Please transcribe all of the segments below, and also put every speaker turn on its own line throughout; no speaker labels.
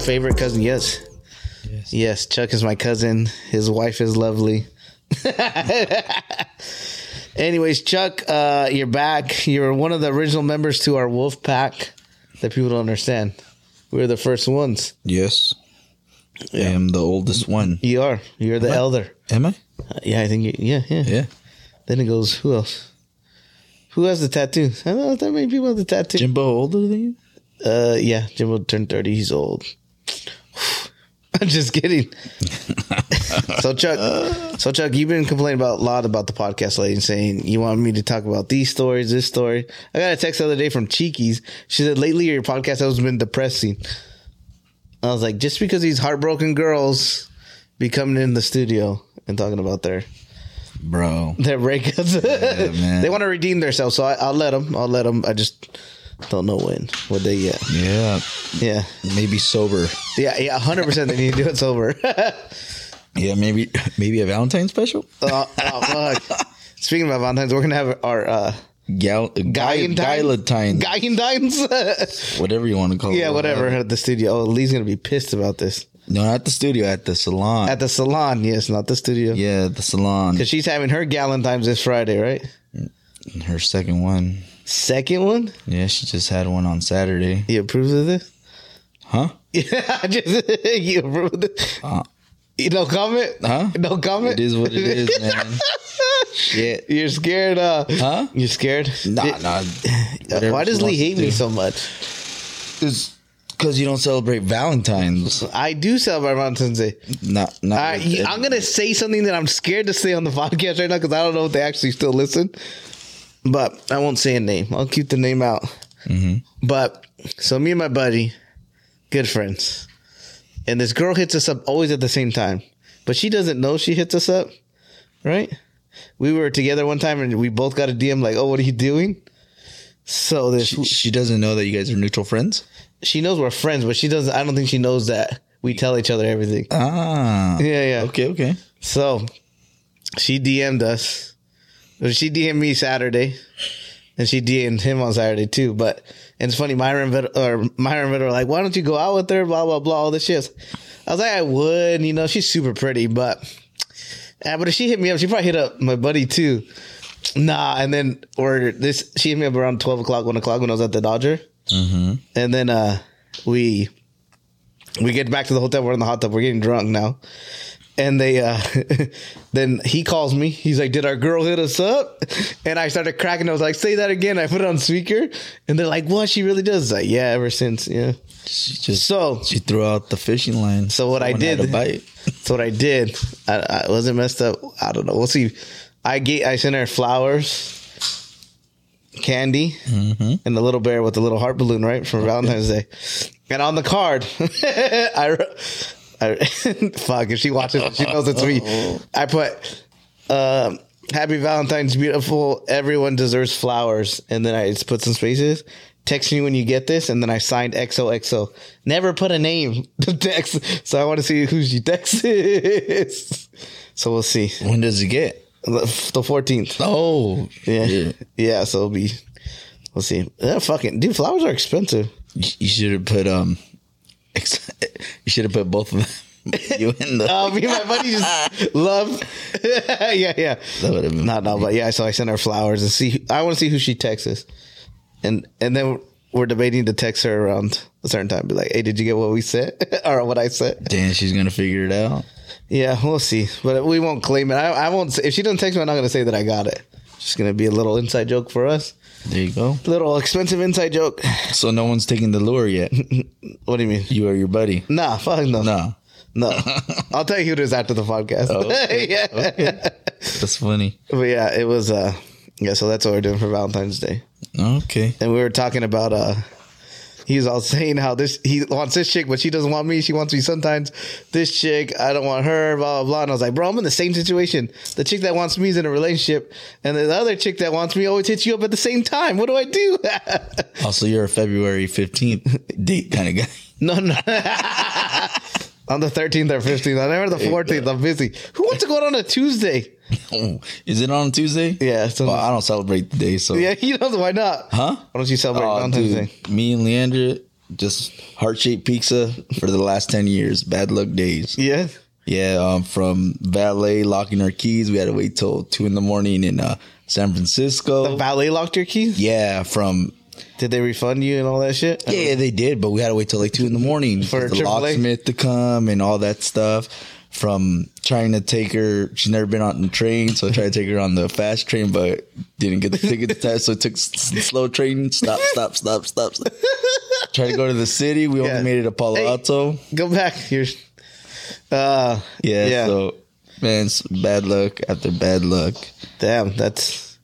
favorite cousin. Yes. Yes. Chuck is my cousin. His wife is lovely. Anyways, Chuck, uh, you're back. You're one of the original members to our wolf pack that people don't understand. We were the first ones.
Yes. I am the oldest one.
You are. You're the elder.
Am I?
Uh, yeah, I think you, yeah, yeah,
Yeah.
Then it goes, who else? Who has the tattoo? I don't know if that many people have the tattoo.
Jimbo older than you?
Uh, yeah, Jim will turn 30. He's old. I'm just kidding. so Chuck, so Chuck, you've been complaining about a lot about the podcast lately, and saying you want me to talk about these stories, this story. I got a text the other day from Cheekies. She said lately your podcast has been depressing. I was like, just because these heartbroken girls be coming in the studio and talking about their
Bro.
their breakups,
man.
they want to redeem themselves. So I, I'll let them. I'll let them. I just don't know when, what day yet.
Yeah.
Yeah.
Maybe sober.
Yeah, yeah, hundred percent. They need to do it sober.
Yeah, maybe maybe a Valentine special?
oh, oh, fuck. Speaking about Valentine's, we're gonna have our uh,
Gal Guy
Galentine,
Galentine.
Galentine's.
whatever you want to call it.
yeah, whatever. At the studio. Oh, Lee's gonna be pissed about this.
No, not the studio, at the salon.
At the salon, yes, not the studio. Yeah.
yeah, the salon.
Cause she's having her Galentine's this Friday, right?
Her second one.
Second one.
Yeah, she just had one on Saturday.
You approve of this?
Huh? Uh,
Yeah, I just you approve of this? You no comment?
Huh?
No comment.
It is what it is, man. Shit.
You're scared, uh,
Huh?
You're scared.
Nah, nah. Whatever
Why does
she
Lee
wants to
hate me
do.
so much?
It's because you don't celebrate Valentine's.
I do celebrate Valentine's Day.
Not, not
All right, you- I'm gonna say something that I'm scared to say on the podcast right now because I don't know if they actually still listen. But I won't say a name. I'll keep the name out. But so me and my buddy, good friends, and this girl hits us up always at the same time, but she doesn't know she hits us up, right? We were together one time and we both got a DM like, "Oh, what are you doing?" So this
She, she doesn't know that you guys are neutral friends.
she knows we're friends, but she doesn't. I don't think she knows that we tell each other everything.
Ah.
Yeah, yeah.
Okay, okay.
So she DM'd us. Well, She DM'd me Saturday, and she DM'd him on Saturday too. But and it's funny, Myron Vet- or Myron Vitter were like, why don't you go out with her? Blah blah blah. All this shit. I was like, I would. You know, she's super pretty, but uh, but if she hit me up, she probably hit up my buddy too. Nah, and then or this she hit me up around twelve o'clock, one o'clock when I was at the Dodger, and then uh we we get back to the hotel. We're in the hot tub. We're getting drunk now and they uh then he calls me he's like did our girl hit us up and i started cracking i was like say that again i put it on speaker and they're like what she really does like yeah ever since yeah
She just
so
she threw out the fishing line.
So what I
Someone had
did-
a bite.
that's what i did i, I wasn't messed up i don't know we'll see i get i sent her flowers candy
Mm-hmm.
and the little bear with the little heart balloon right for valentine's day and on the card i wrote I, fuck if she watches she knows it's me i put um, happy Valentine's, beautiful. Everyone deserves flowers. And then I just put some spaces. Text me when you get this. And then I signed XOXO. Never put a name to text. So I want to see who she texts. so we'll see.
When does it get?
The the 14th.
Oh,
Yeah. Yeah.
yeah.
so it'll be. We'll see. Yeah, fucking dude, flowers are expensive.
You, you should have put um. Ex- you should have put both of them. you and the.
Uh, me and my buddy just love. yeah, yeah.
that would have been
No, no, but yeah. So I sent her flowers and see. I want to see who she texts, and and then we're debating to text her around a certain time. Be like, hey, did you get what we said or what I said?
Damn, she's gonna figure it out.
Yeah, we'll see. But we won't claim it. I, I won't. say- If she doesn't text me, I'm not gonna say that I got it. Just gonna be a little inside joke for us.
There you go.
Little expensive inside joke.
So no one's taking the lure yet.
What do you mean?
You or your buddy.
Nah, fuck no, no.
No,
I'll tell you who it is after the podcast.
Okay,
yeah.
that's funny.
But yeah, it was. uh Yeah, so that's what we're doing for Valentine's Day.
Okay.
and we were talking about uh he was all saying how this he wants this chick but she doesn't want me she wants me sometimes this chick i don't want her blah blah blah and i was like bro i'm in the same situation the chick that wants me is in a relationship and the other chick that wants me always hits you up at the same time what do i do
Also, you're a February 15th date kind of guy.
no no on the 13th or 15th i never the 14th i'm busy who wants to go out on a tuesday
Oh, is it on Tuesday?
yeah so
Well, I don't celebrate the day, so.
yeah you know why not
Huh?
why don't you celebrate
Oh,
valentine's day
dude, me and Leandra, just heart shaped pizza for the last ten years. Bad luck days.
Yeah.
Yeah, um, from valet locking our keys, we had to wait till two in the morning in uh, San Francisco.
Valet locked your keys?
yeah, from
Did they refund you and all that shit?
yeah, yeah, they did, but we had to wait till like two in the morning
For
for the
AAA?
locksmith to come and all that stuff. From trying to take her, she's never been on the train, so I tried to take her on the fast train, but didn't get the ticket to time, so it took s- s- slow train. Stop, stop, stop, stop. stop. Tried to go to the city. We
Yeah.
only made it to Palo
Hey.
Alto.
Go back. You're, uh,
Yeah, so man, it's bad luck after bad luck.
Damn, that's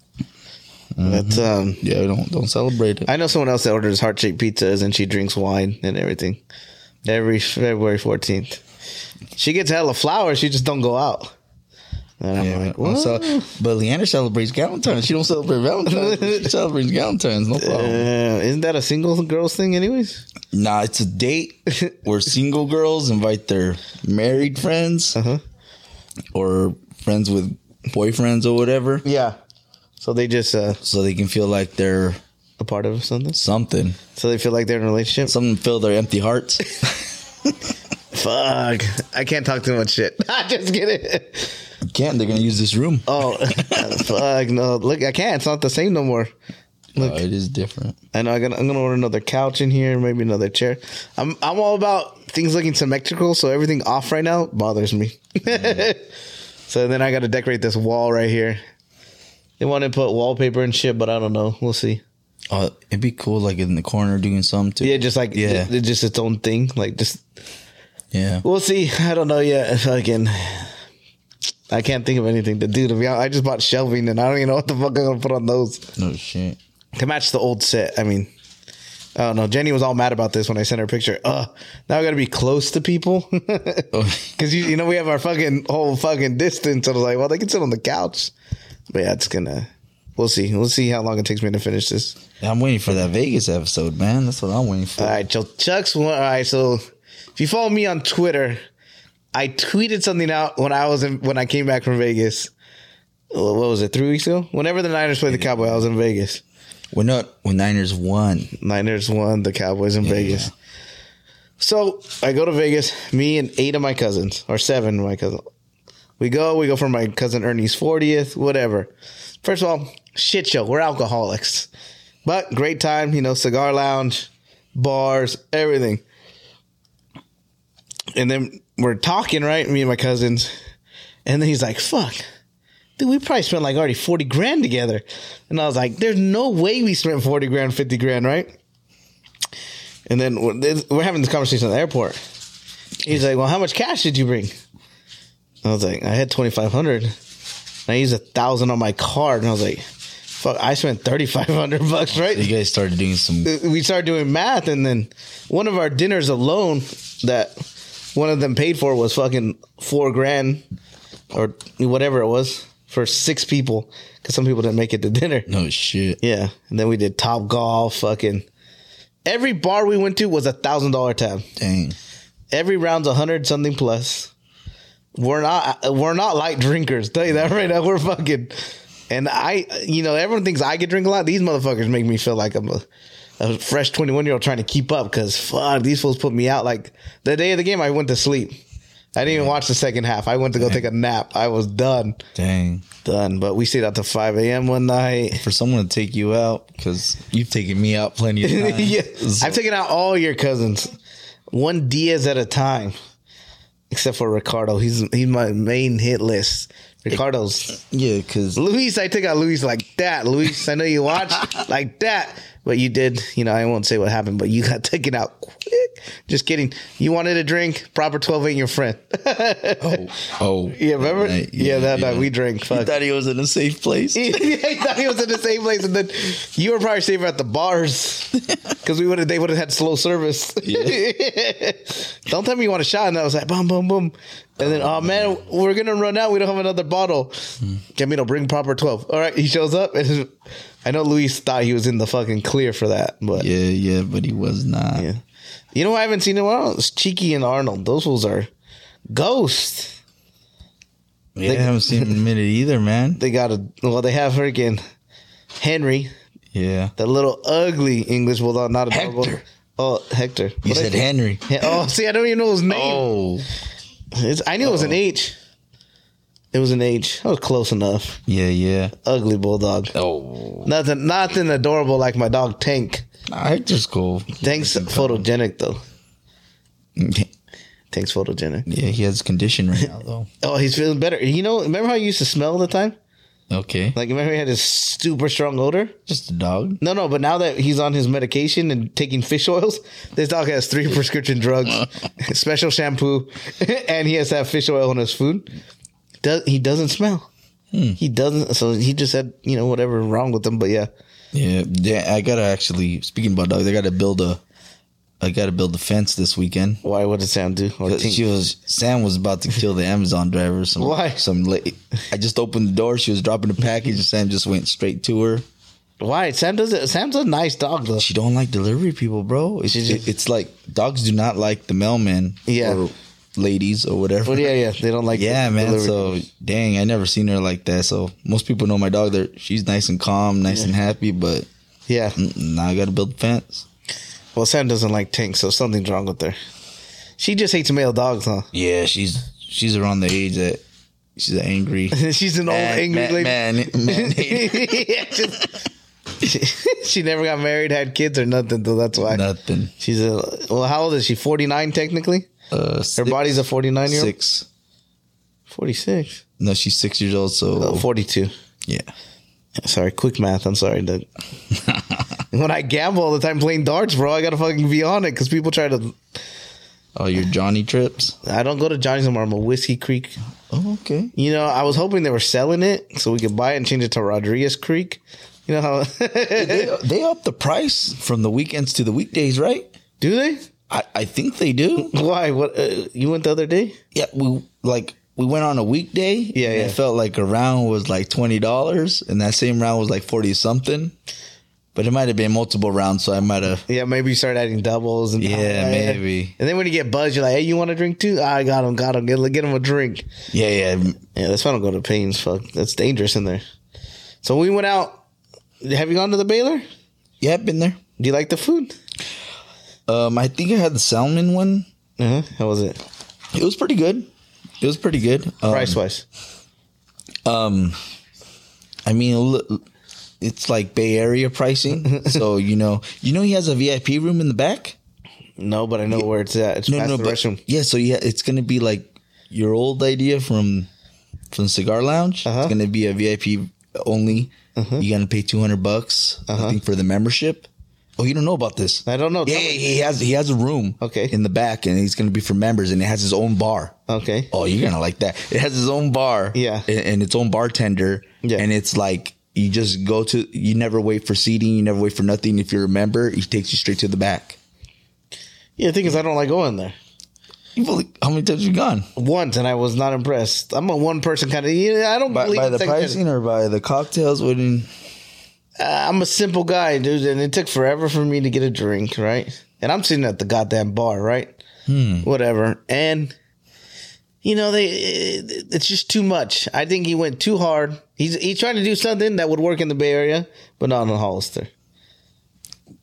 Mm-hmm.
that's um.
Yeah, don't don't celebrate it.
I know someone else that orders heart shaped pizzas and she drinks wine and everything. Every February fourteenth, she gets hella flowers. She just don't go out. And I'm
Yeah,
like,
but-
what?
so- but Leander celebrates Valentine's. She don't celebrate Valentine's. she celebrates Valentine's. No
Uh,
problem.
isn't that a single girls thing, anyways?
Nah, it's a date where single girls invite their married friends
Uh huh.
or friends with boyfriends or whatever,
Yeah. So they just uh,
so they can feel like they're
a part of something.
something.
So they feel like they're in a relationship.
Some of them fill their empty hearts.
Fuck. I can't talk too much shit. I just get it.
You can't. They're gonna use this room.
Oh, fuck. No, look, I can't. It's not the same no more.
Oh, it is different.
I know I'm gonna, I'm gonna order another couch in here, maybe another chair. I'm I'm all about things looking symmetrical, so everything off right now bothers me. so then I got to decorate this wall right here. They want to put wallpaper and shit, but I don't know. We'll see.
Oh, it'd be cool, like in the corner doing something. Too.
Yeah, just like
Yeah.
yeah, just its own thing. Like just
yeah.
we'll see. I don't know yet. Fucking, I can't think of anything to do. To be honest, I just bought shelving, and I don't even know what the fuck I'm gonna put on those.
No shit.
to match the old set. I mean, I don't know. Jenny was all mad about this when I sent her a picture. Ugh, now I got to be close to people
Oh,
because you, you know we have our fucking whole fucking distance. I was like, well, they can sit on the couch, but yeah, it's gonna. We'll see. We'll see how long it takes me to finish this.
I'm waiting for that Vegas episode, man. That's what I'm waiting for.
All right, so Chuck's one. All right, so if you follow me on Twitter, I tweeted something out when I was in, when I came back from Vegas. What was it? Three weeks ago. Whenever the Niners played the Cowboys, I was in Vegas.
We're not. When Niners won.
Niners won, the Cowboys in Vegas. So I go to Vegas, me and eight of my cousins, or seven of my cousins. We go, we go for my cousin Ernie's 40th, whatever. First of all, shit show. We're alcoholics. But great time, you know, cigar lounge, bars, everything. And then we're talking, right? Me and my cousins. And then he's like, fuck. Dude, we probably spent like already 40 grand together. And I was like, there's no way we spent 40 grand, 50 grand, right? And then we're, this- we're having this conversation at the airport. He's like, well, how much cash did you bring? I was like, I had 2,500. And I used a thousand on my card. And I was like, fuck, I spent 3,500 bucks, right?
You guys started doing some.
we started doing math, and then one of our dinners alone that one of them paid for was fucking four grand or whatever it was for six people because some people didn't make it to dinner.
No shit.
Yeah, and then we did top golf, fucking. Every bar we went to was a thousand dollar tab.
Dang.
Every round's a hundred something plus. We're not we're not light drinkers. Tell you that right now. We're fucking. And I, you know, everyone thinks I could drink a lot. These motherfuckers make me feel like I'm a, a fresh 21 year old trying to keep up because fuck, these fools put me out. Like the day of the game, I went to sleep. I didn't even watch the second half. I went to go take a nap. I was done,
Dang.
done. But we stayed out to 5 a.m. one night.
For someone to take you out, because you've taken me out plenty of times.
yeah. I've taken out all your cousins, one Diaz at a time, except for Ricardo. He's he's my main hit list. Ricardo's
Yeah, because
Luis. I took out Luis like that. Luis, I know you watch like that, but you did. You know, I won't say what happened, but you got taken out quick. Just kidding. You wanted a drink. Proper twelve ain't your friend.
oh, oh,
yeah, remember?
night,
yeah, that
yeah.
night we drank.
You
Fuck.
thought he was in a safe place.
he thought he was in the same place, and then you were probably safer at the bars because we would have they would have had slow service. don't tell me you want a shot, and I was like, boom, boom, boom, and then oh man, we're gonna run out. We don't have another bottle. Camino, bring proper twelve. All right, he shows up, and I know Luis thought he was in the fucking clear for that, but
Yeah, yeah, but he was not.
yeah. You know what I haven't seen in a while? It's Cheeky and Arnold. Those fools are ghosts.
Yeah, I haven't seen him in a minute either, man.
They got a well. They have freaking Henry,
Yeah,
The little ugly English bulldog, not a
Hector.
adorable. Oh, Hector.
You
What
said
I-
Henry.
Yeah, Oh, see, I don't even know his name.
Oh,
It's, I knew it was an H. It was an H. That was close enough.
yeah, yeah.
Ugly bulldog.
Oh,
Nothing, nothing adorable like my dog Tank.
nah, Hector's cool.
Tank's photogenic though.
Yeah,
Tank's photogenic.
he has condition right now though.
Oh, he's feeling better. You know, remember how you used to smell all the time?
Okay,
Like, remember he had this super strong odor?
just a dog.
No, no, but now that he's on his medication and taking fish oils, this dog has three prescription drugs,
Uh-huh.
special shampoo, and he has to have fish oil in his food. Does he doesn't smell?
Hmm.
He doesn't. So he just had you know whatever wrong with him. But yeah,
Yeah, yeah. I gotta actually speaking about dogs. I gotta build a. I gotta build a fence this weekend.
why would it sound do? Or think-
She was Sam was about to kill the Amazon driver. Some
Why?
Some late. I just opened the door. She was dropping the package, and Sam just went straight to her.
why Sam does it? Sam's a nice dog though.
She don't like delivery people, bro. It's,
She just-
it's like dogs do not like the mailman.
Yeah.
Or ladies or whatever.
But yeah, yeah, they don't like
Yeah, man.
delivery.
So dang, I never seen her like that. So most people know my dog. There, she's nice and calm, nice and happy. But
yeah.
mm, now I got to build fence.
Well, Sam doesn't like Tank, so something's wrong with her. She just hates male dogs, huh?
Yeah, she's she's around the age that she's an angry.
She's an old
Man,
angry
man,
lady.
man, man hater.
Yeah, just- she, she never got married, had kids, or nothing, so that's why.
Nothing.
She's a well. How old is she? Forty nine, technically.
Uh,
Her
six-
body's a forty nine year old.
six.
Forty six.
No, she's six years old. So
Oh, 42.
yeah,
Sorry, quick math. I'm sorry, Doug. when I gamble all the time playing darts, bro, I gotta fucking be on it because people try to.
all your Johnny trips.
I don't go to Johnny's anymore. I'm a Whiskey Creek.
Oh, okay.
You know, I was hoping they were selling it so we could buy it and change it to Rodriguez Creek. You know how?
They, they up the price from the weekends to the weekdays, right?
Do they?
I, I think they do.
Why? What? Uh, you went the other day?
Yeah, we like we went on a weekday.
Yeah,
and
yeah.
It felt like a round was like twenty dollars, and that same round was like forty something. But it might have been multiple rounds, so I might have.
Yeah, maybe you start adding doubles and
Yeah, maybe.
And then when you get buzzed, you're like, "Hey, you want a drink too? "Ah, I got him, got him. Get, get him a drink."
Yeah, yeah.
Yeah, that's why I don't go to Payne's. Fuck, that's dangerous in there. So we went out. Have you gone to the Baylor?
Yeah, I've been there.
Do you like the food?
Um, I think I had the salmon one.
Uh-huh. How was it?
It was pretty good. It was pretty good. Um,
Price wise,
um i mean a li- it's like bay area pricing so you know you know he has a vip room in the back
no, but I know where it's at. It's
no
past
no
the
but,
restroom.
yeah so yeah it's gonna be like your old idea from from cigar lounge
Uh-huh.
it's gonna be a vip only you're gonna pay 200 bucks
Uh-huh.
i think for the membership oh you don't know about this
I don't know.
yeah, he has he has a room
Okay.
in the back, and he's gonna be for members, and it has his own bar.
Okay.
Oh, you're gonna like that. It has its own bar.
Yeah.
And, and its own bartender.
Yeah.
And it's like you just go to you never wait for seating, you never wait for nothing. If you're a member, he takes you straight to the back.
Yeah, the thing is, I don't like going there.
You believe, how many times have you gone?
Once, and I was not impressed. I'm a one person kind of. Yeah, I don't
By,
believe
by
in
the
second-
pricing or by the cocktails wouldn't
Uh, I'm a simple guy, dude, and it took forever for me to get a drink, right? And I'm sitting at the goddamn bar, right?
hmm. Mm.
Whatever. And you know, they it, it's just too much. I think he went too hard. He's he's trying to do something that would work in the Bay Area, but not in Hollister.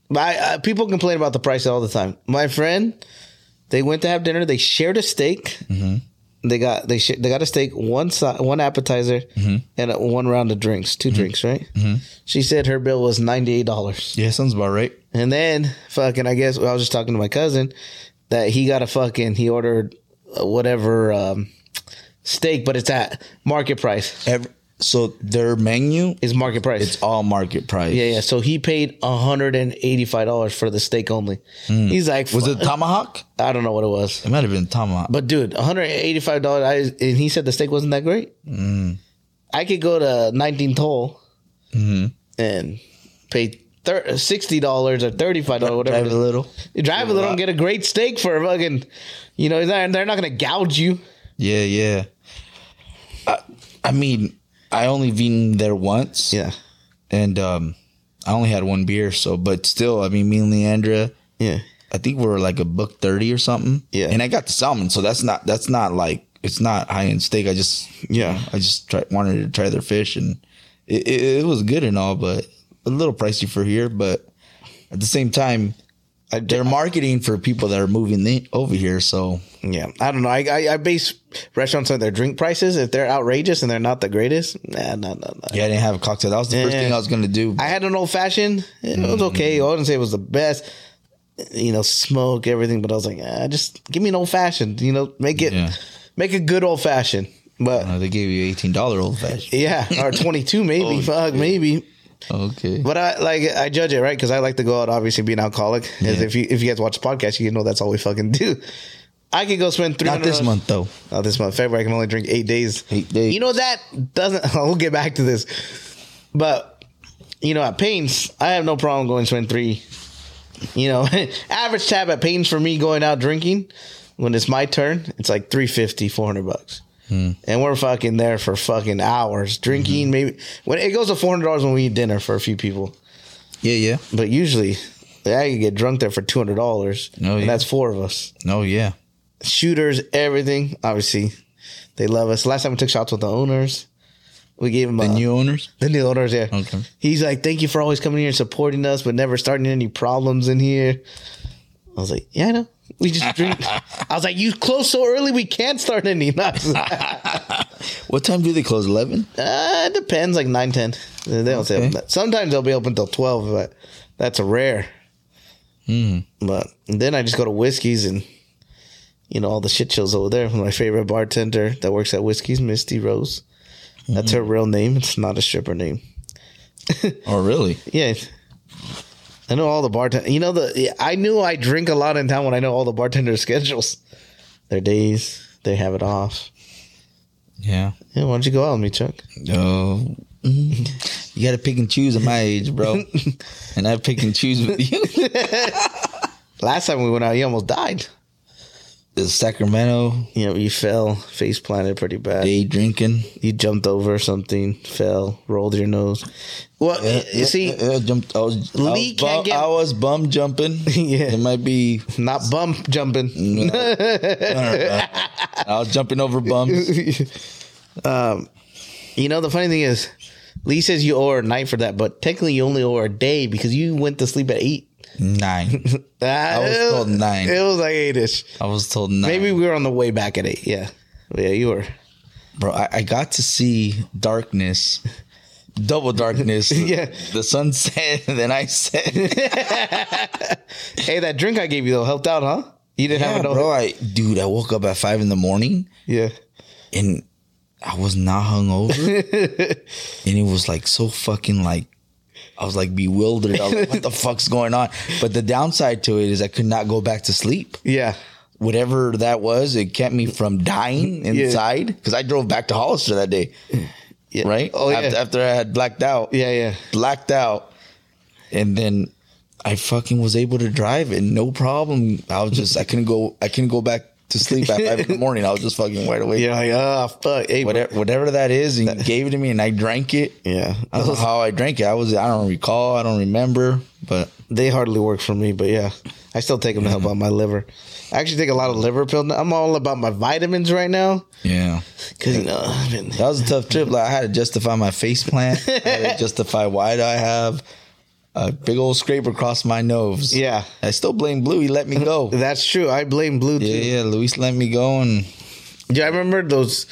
But I, I, people complain about the price all the time. My friend, they went to have dinner. They shared a steak. They got they sh- they got a steak, one si- one appetizer, and uh one round of drinks, 2 drinks, right? She said her bill was ninety eight dollars,
Yeah, sounds about right.
and then fucking I guess I was just talking to my cousin that he got a fucking he ordered uh, whatever um, steak, but it's at market price.
Every, so their menu
Is market price?
it's all market price.
yeah, yeah. So he paid hundred and eighty five dollars for the steak only. He's like,
Hmm. Was it tomahawk?
I don't know what it was,
It might have been tomahawk.
but dude, one hundred eighty five dollars. And he said the steak wasn't that great. Mm-hmm. I could go to nineteen toll Mm-hmm. and pay. thir- Sixty dollars or thirty five dollars, whatever. it
Drive
is.
a little.
You drive a little and get a great steak for a fucking, you know, they're they're not going to gouge you.
Yeah, yeah. I, I mean, I only been there once.
Yeah.
and um I only had one beer, so but still, I mean, me and Leandra,
Yeah.
I think we were like a buck thirty or something.
Yeah.
and I got the salmon, so that's not that's not like it's not high end steak. I just
Yeah.
I just try, wanted to try their fish, and it, it, it was good and all, but a little pricey for here. But at the same time,
I,
They're marketing for people that are moving the, over here. So
yeah, I don't know. I, I I base restaurants on their drink prices. If they're outrageous and they're not the greatest, nah, nah, nah, nah.
yeah, I didn't have a cocktail. That was the first
Yeah.
thing I was gonna do.
I had an old fashioned. It
Mm-hmm.
was okay. I wouldn't say it was the best. You know, smoke everything, but I was like, ah, just give me an old fashioned. You know, make it
Yeah.
make a good old fashioned. But
Uh, they gave you eighteen dollar old fashioned.
yeah, or twenty two maybe. Fuck, maybe.
Okay.
But I like I judge it right because I like to go out. Obviously, being alcoholic. As
Yeah.
if you if you guys watch the podcast, you know that's all we fucking do. I could go spend three.
Not this month though.
Not Oh, this month. February. I can only drink eight days.
Eight days.
You know that doesn't. We'll get back to this, but you know at Pains, I have no problem going spend three. You know, average tab at Pains for me going out drinking when it's my turn, it's like 350, 400 bucks.
Hmm.
And we're fucking there for fucking hours drinking.
Mm-hmm.
Maybe when it goes to four hundred dollars when we eat dinner for a few people,
Yeah, yeah.
but usually I can get drunk there for two hundred dollars,
Oh,
and
yeah.
that's four of us
No, Oh, yeah.
shooters, everything. Obviously, they love us. Last time we took shots with the owners, we gave them
The
the, new,
new owners.
the new owners. Yeah,
Okay.
he's like, "Thank you for always coming here and supporting us, but never starting any problems in here." I was like, "Yeah, I know." We just drink. I was like, "You close so early, we can't start any." No,
What time do they close? Eleven.
uh, it depends, like nine, ten. They don't say
Okay.
open that. Sometimes they'll be open till twelve, but that's rare. But then I just go to Whiskey's and you know all the shit shows over there. My favorite bartender that works at Whiskey's, Misty Rose. That's her real name. It's not a stripper name.
Oh, really?
Yeah. I know all the bartenders. You know the I knew I drink a lot in town when I know all the bartenders' schedules, their days. They have it off.
Yeah.
Yeah, why don't you go out with me, Chuck?
No. Mm-hmm. You gotta pick and choose at my age, bro. and I pick and choose with you.
Last time we went out, you almost died.
The Sacramento
you know, you fell, face planted pretty bad.
day drinking.
You jumped over something, fell, rolled your nose.
Uh,
Eh, Well, you see,
I, jumped. I was
Lee
Lee
can't
I was, bum,
get-
I was bum jumping.
Yeah.
it might be.
not bump jumping.
I was jumping over bums.
Um, You know, the funny thing is, Lee says you owe her a night for that, but technically you only owe her a day because you went to sleep at eight.
Nine.
I
was told nine.
It was like eight ish.
I was told nine.
Maybe we were on the way back at eight. Yeah. Yeah, you were.
bro. I, I got to see darkness, double darkness.
Yeah.
the sun set, and then I set.
Hey, that drink I gave you though helped out, huh? You didn't have
Yeah,
it all.
bro, I dude, I woke up at five in the morning
Yeah.
and I was not hungover, and it was like so fucking like. I was like bewildered. I was like, what the fuck's going on? But the downside to it is I could not go back to sleep.
Yeah.
whatever that was, it kept me from dying inside because I drove back to Hollister that day,
yeah.
right?
Oh, yeah.
after, after I had blacked out,
yeah, yeah.
blacked out, and then I fucking was able to drive and no problem. I was just I couldn't go I couldn't go back to sleep at five in the morning. I was just fucking wide awake.
You're like, oh, fuck. Hey,
Whatever, whatever that is, and you gave it to me, and I drank it.
Yeah. Uh,
I don't know how I drank it. I was I don't recall. I don't remember. But
They hardly work for me, but yeah, I still take them to help
Mm-hmm.
out my liver. I actually take a lot of liver pill. now. I'm all about my vitamins right now
yeah,
because you know I've been
That was a tough trip. Like I had to justify my face plant, I had to justify why do I have a big old scrape across my nose.
yeah.
I still blame Blue. He let me go.
That's true. I blame blue too.
Yeah, yeah. Luis let me go, and
Do I remember those?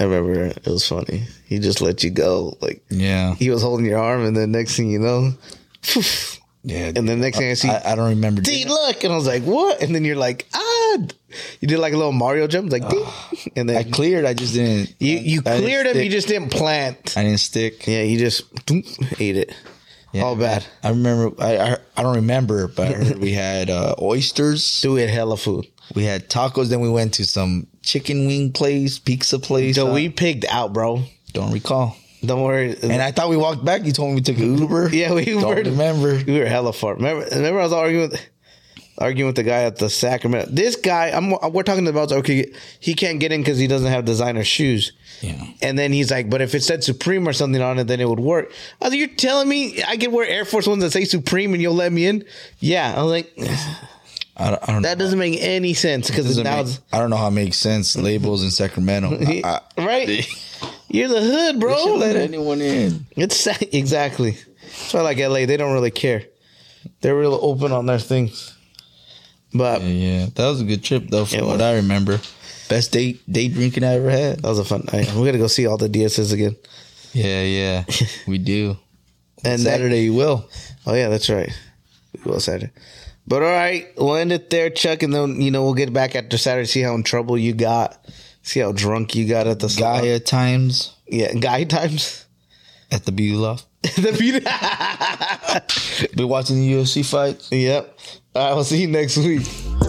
I remember it was funny. He just let you go. Like
yeah,
he was holding your arm, and then next thing you know, poof,
yeah.
and the next thing I see,
Uh, I, I don't remember.
"Dee, look, and I was like, what? And then you're like, ah, you did like a little Mario jump, like, "Dee," and
uh, I
then
cleared. I just didn't.
you you
I didn't
cleared him.
stick.
You just didn't plant.
I didn't stick.
Yeah, you just doop, ate it.
Yeah.
All bad.
I remember. I, I I don't remember, but I heard we had uh, oysters.
Do it hella food.
We had tacos. Then we went to some chicken wing place, pizza place.
So
uh,
we pigged out, bro.
don't recall.
Don't worry.
And I thought we walked back. You told me we took an Uber.
yeah, we
don't
were
remember.
we were hella far. Remember, remember I was arguing with arguing with the guy at the Sacramento. This guy, I'm we're talking about okay, he can't get in because he doesn't have designer shoes.
Yeah.
And then he's like, but if it said Supreme or something on it, then it would work. I was like, you're telling me I can wear Air Force Ones that say Supreme and you'll let me in? Yeah. I was like,
I don't, I don't
that
know.
doesn't make any sense because
Doesn't
now
make-
it's
I don't know how it makes sense. Labels in Sacramento. I, I,
right. You're the hood, bro.
don't let anyone in.
It's sa- exactly. That's why I like LA. They don't really care. They're real open on their things. But
Yeah, yeah. That was a good trip though, from
It
what
was.
I remember. Best day day drinking I ever had.
that was a fun night. We gotta go see all the DSs again.
Yeah, yeah. we do.
And that-
Saturday you will.
Oh yeah, that's right. We will Saturday. But all right, we'll end it there, Chuck, and then you know we'll get back after Saturday. See how in trouble you got. See how drunk you got at the salon.
Gaia times
Yeah, guy times.
at the Beulah.
the beauty.
Been watching the UFC fights.
yep. All right, we'll see you next week.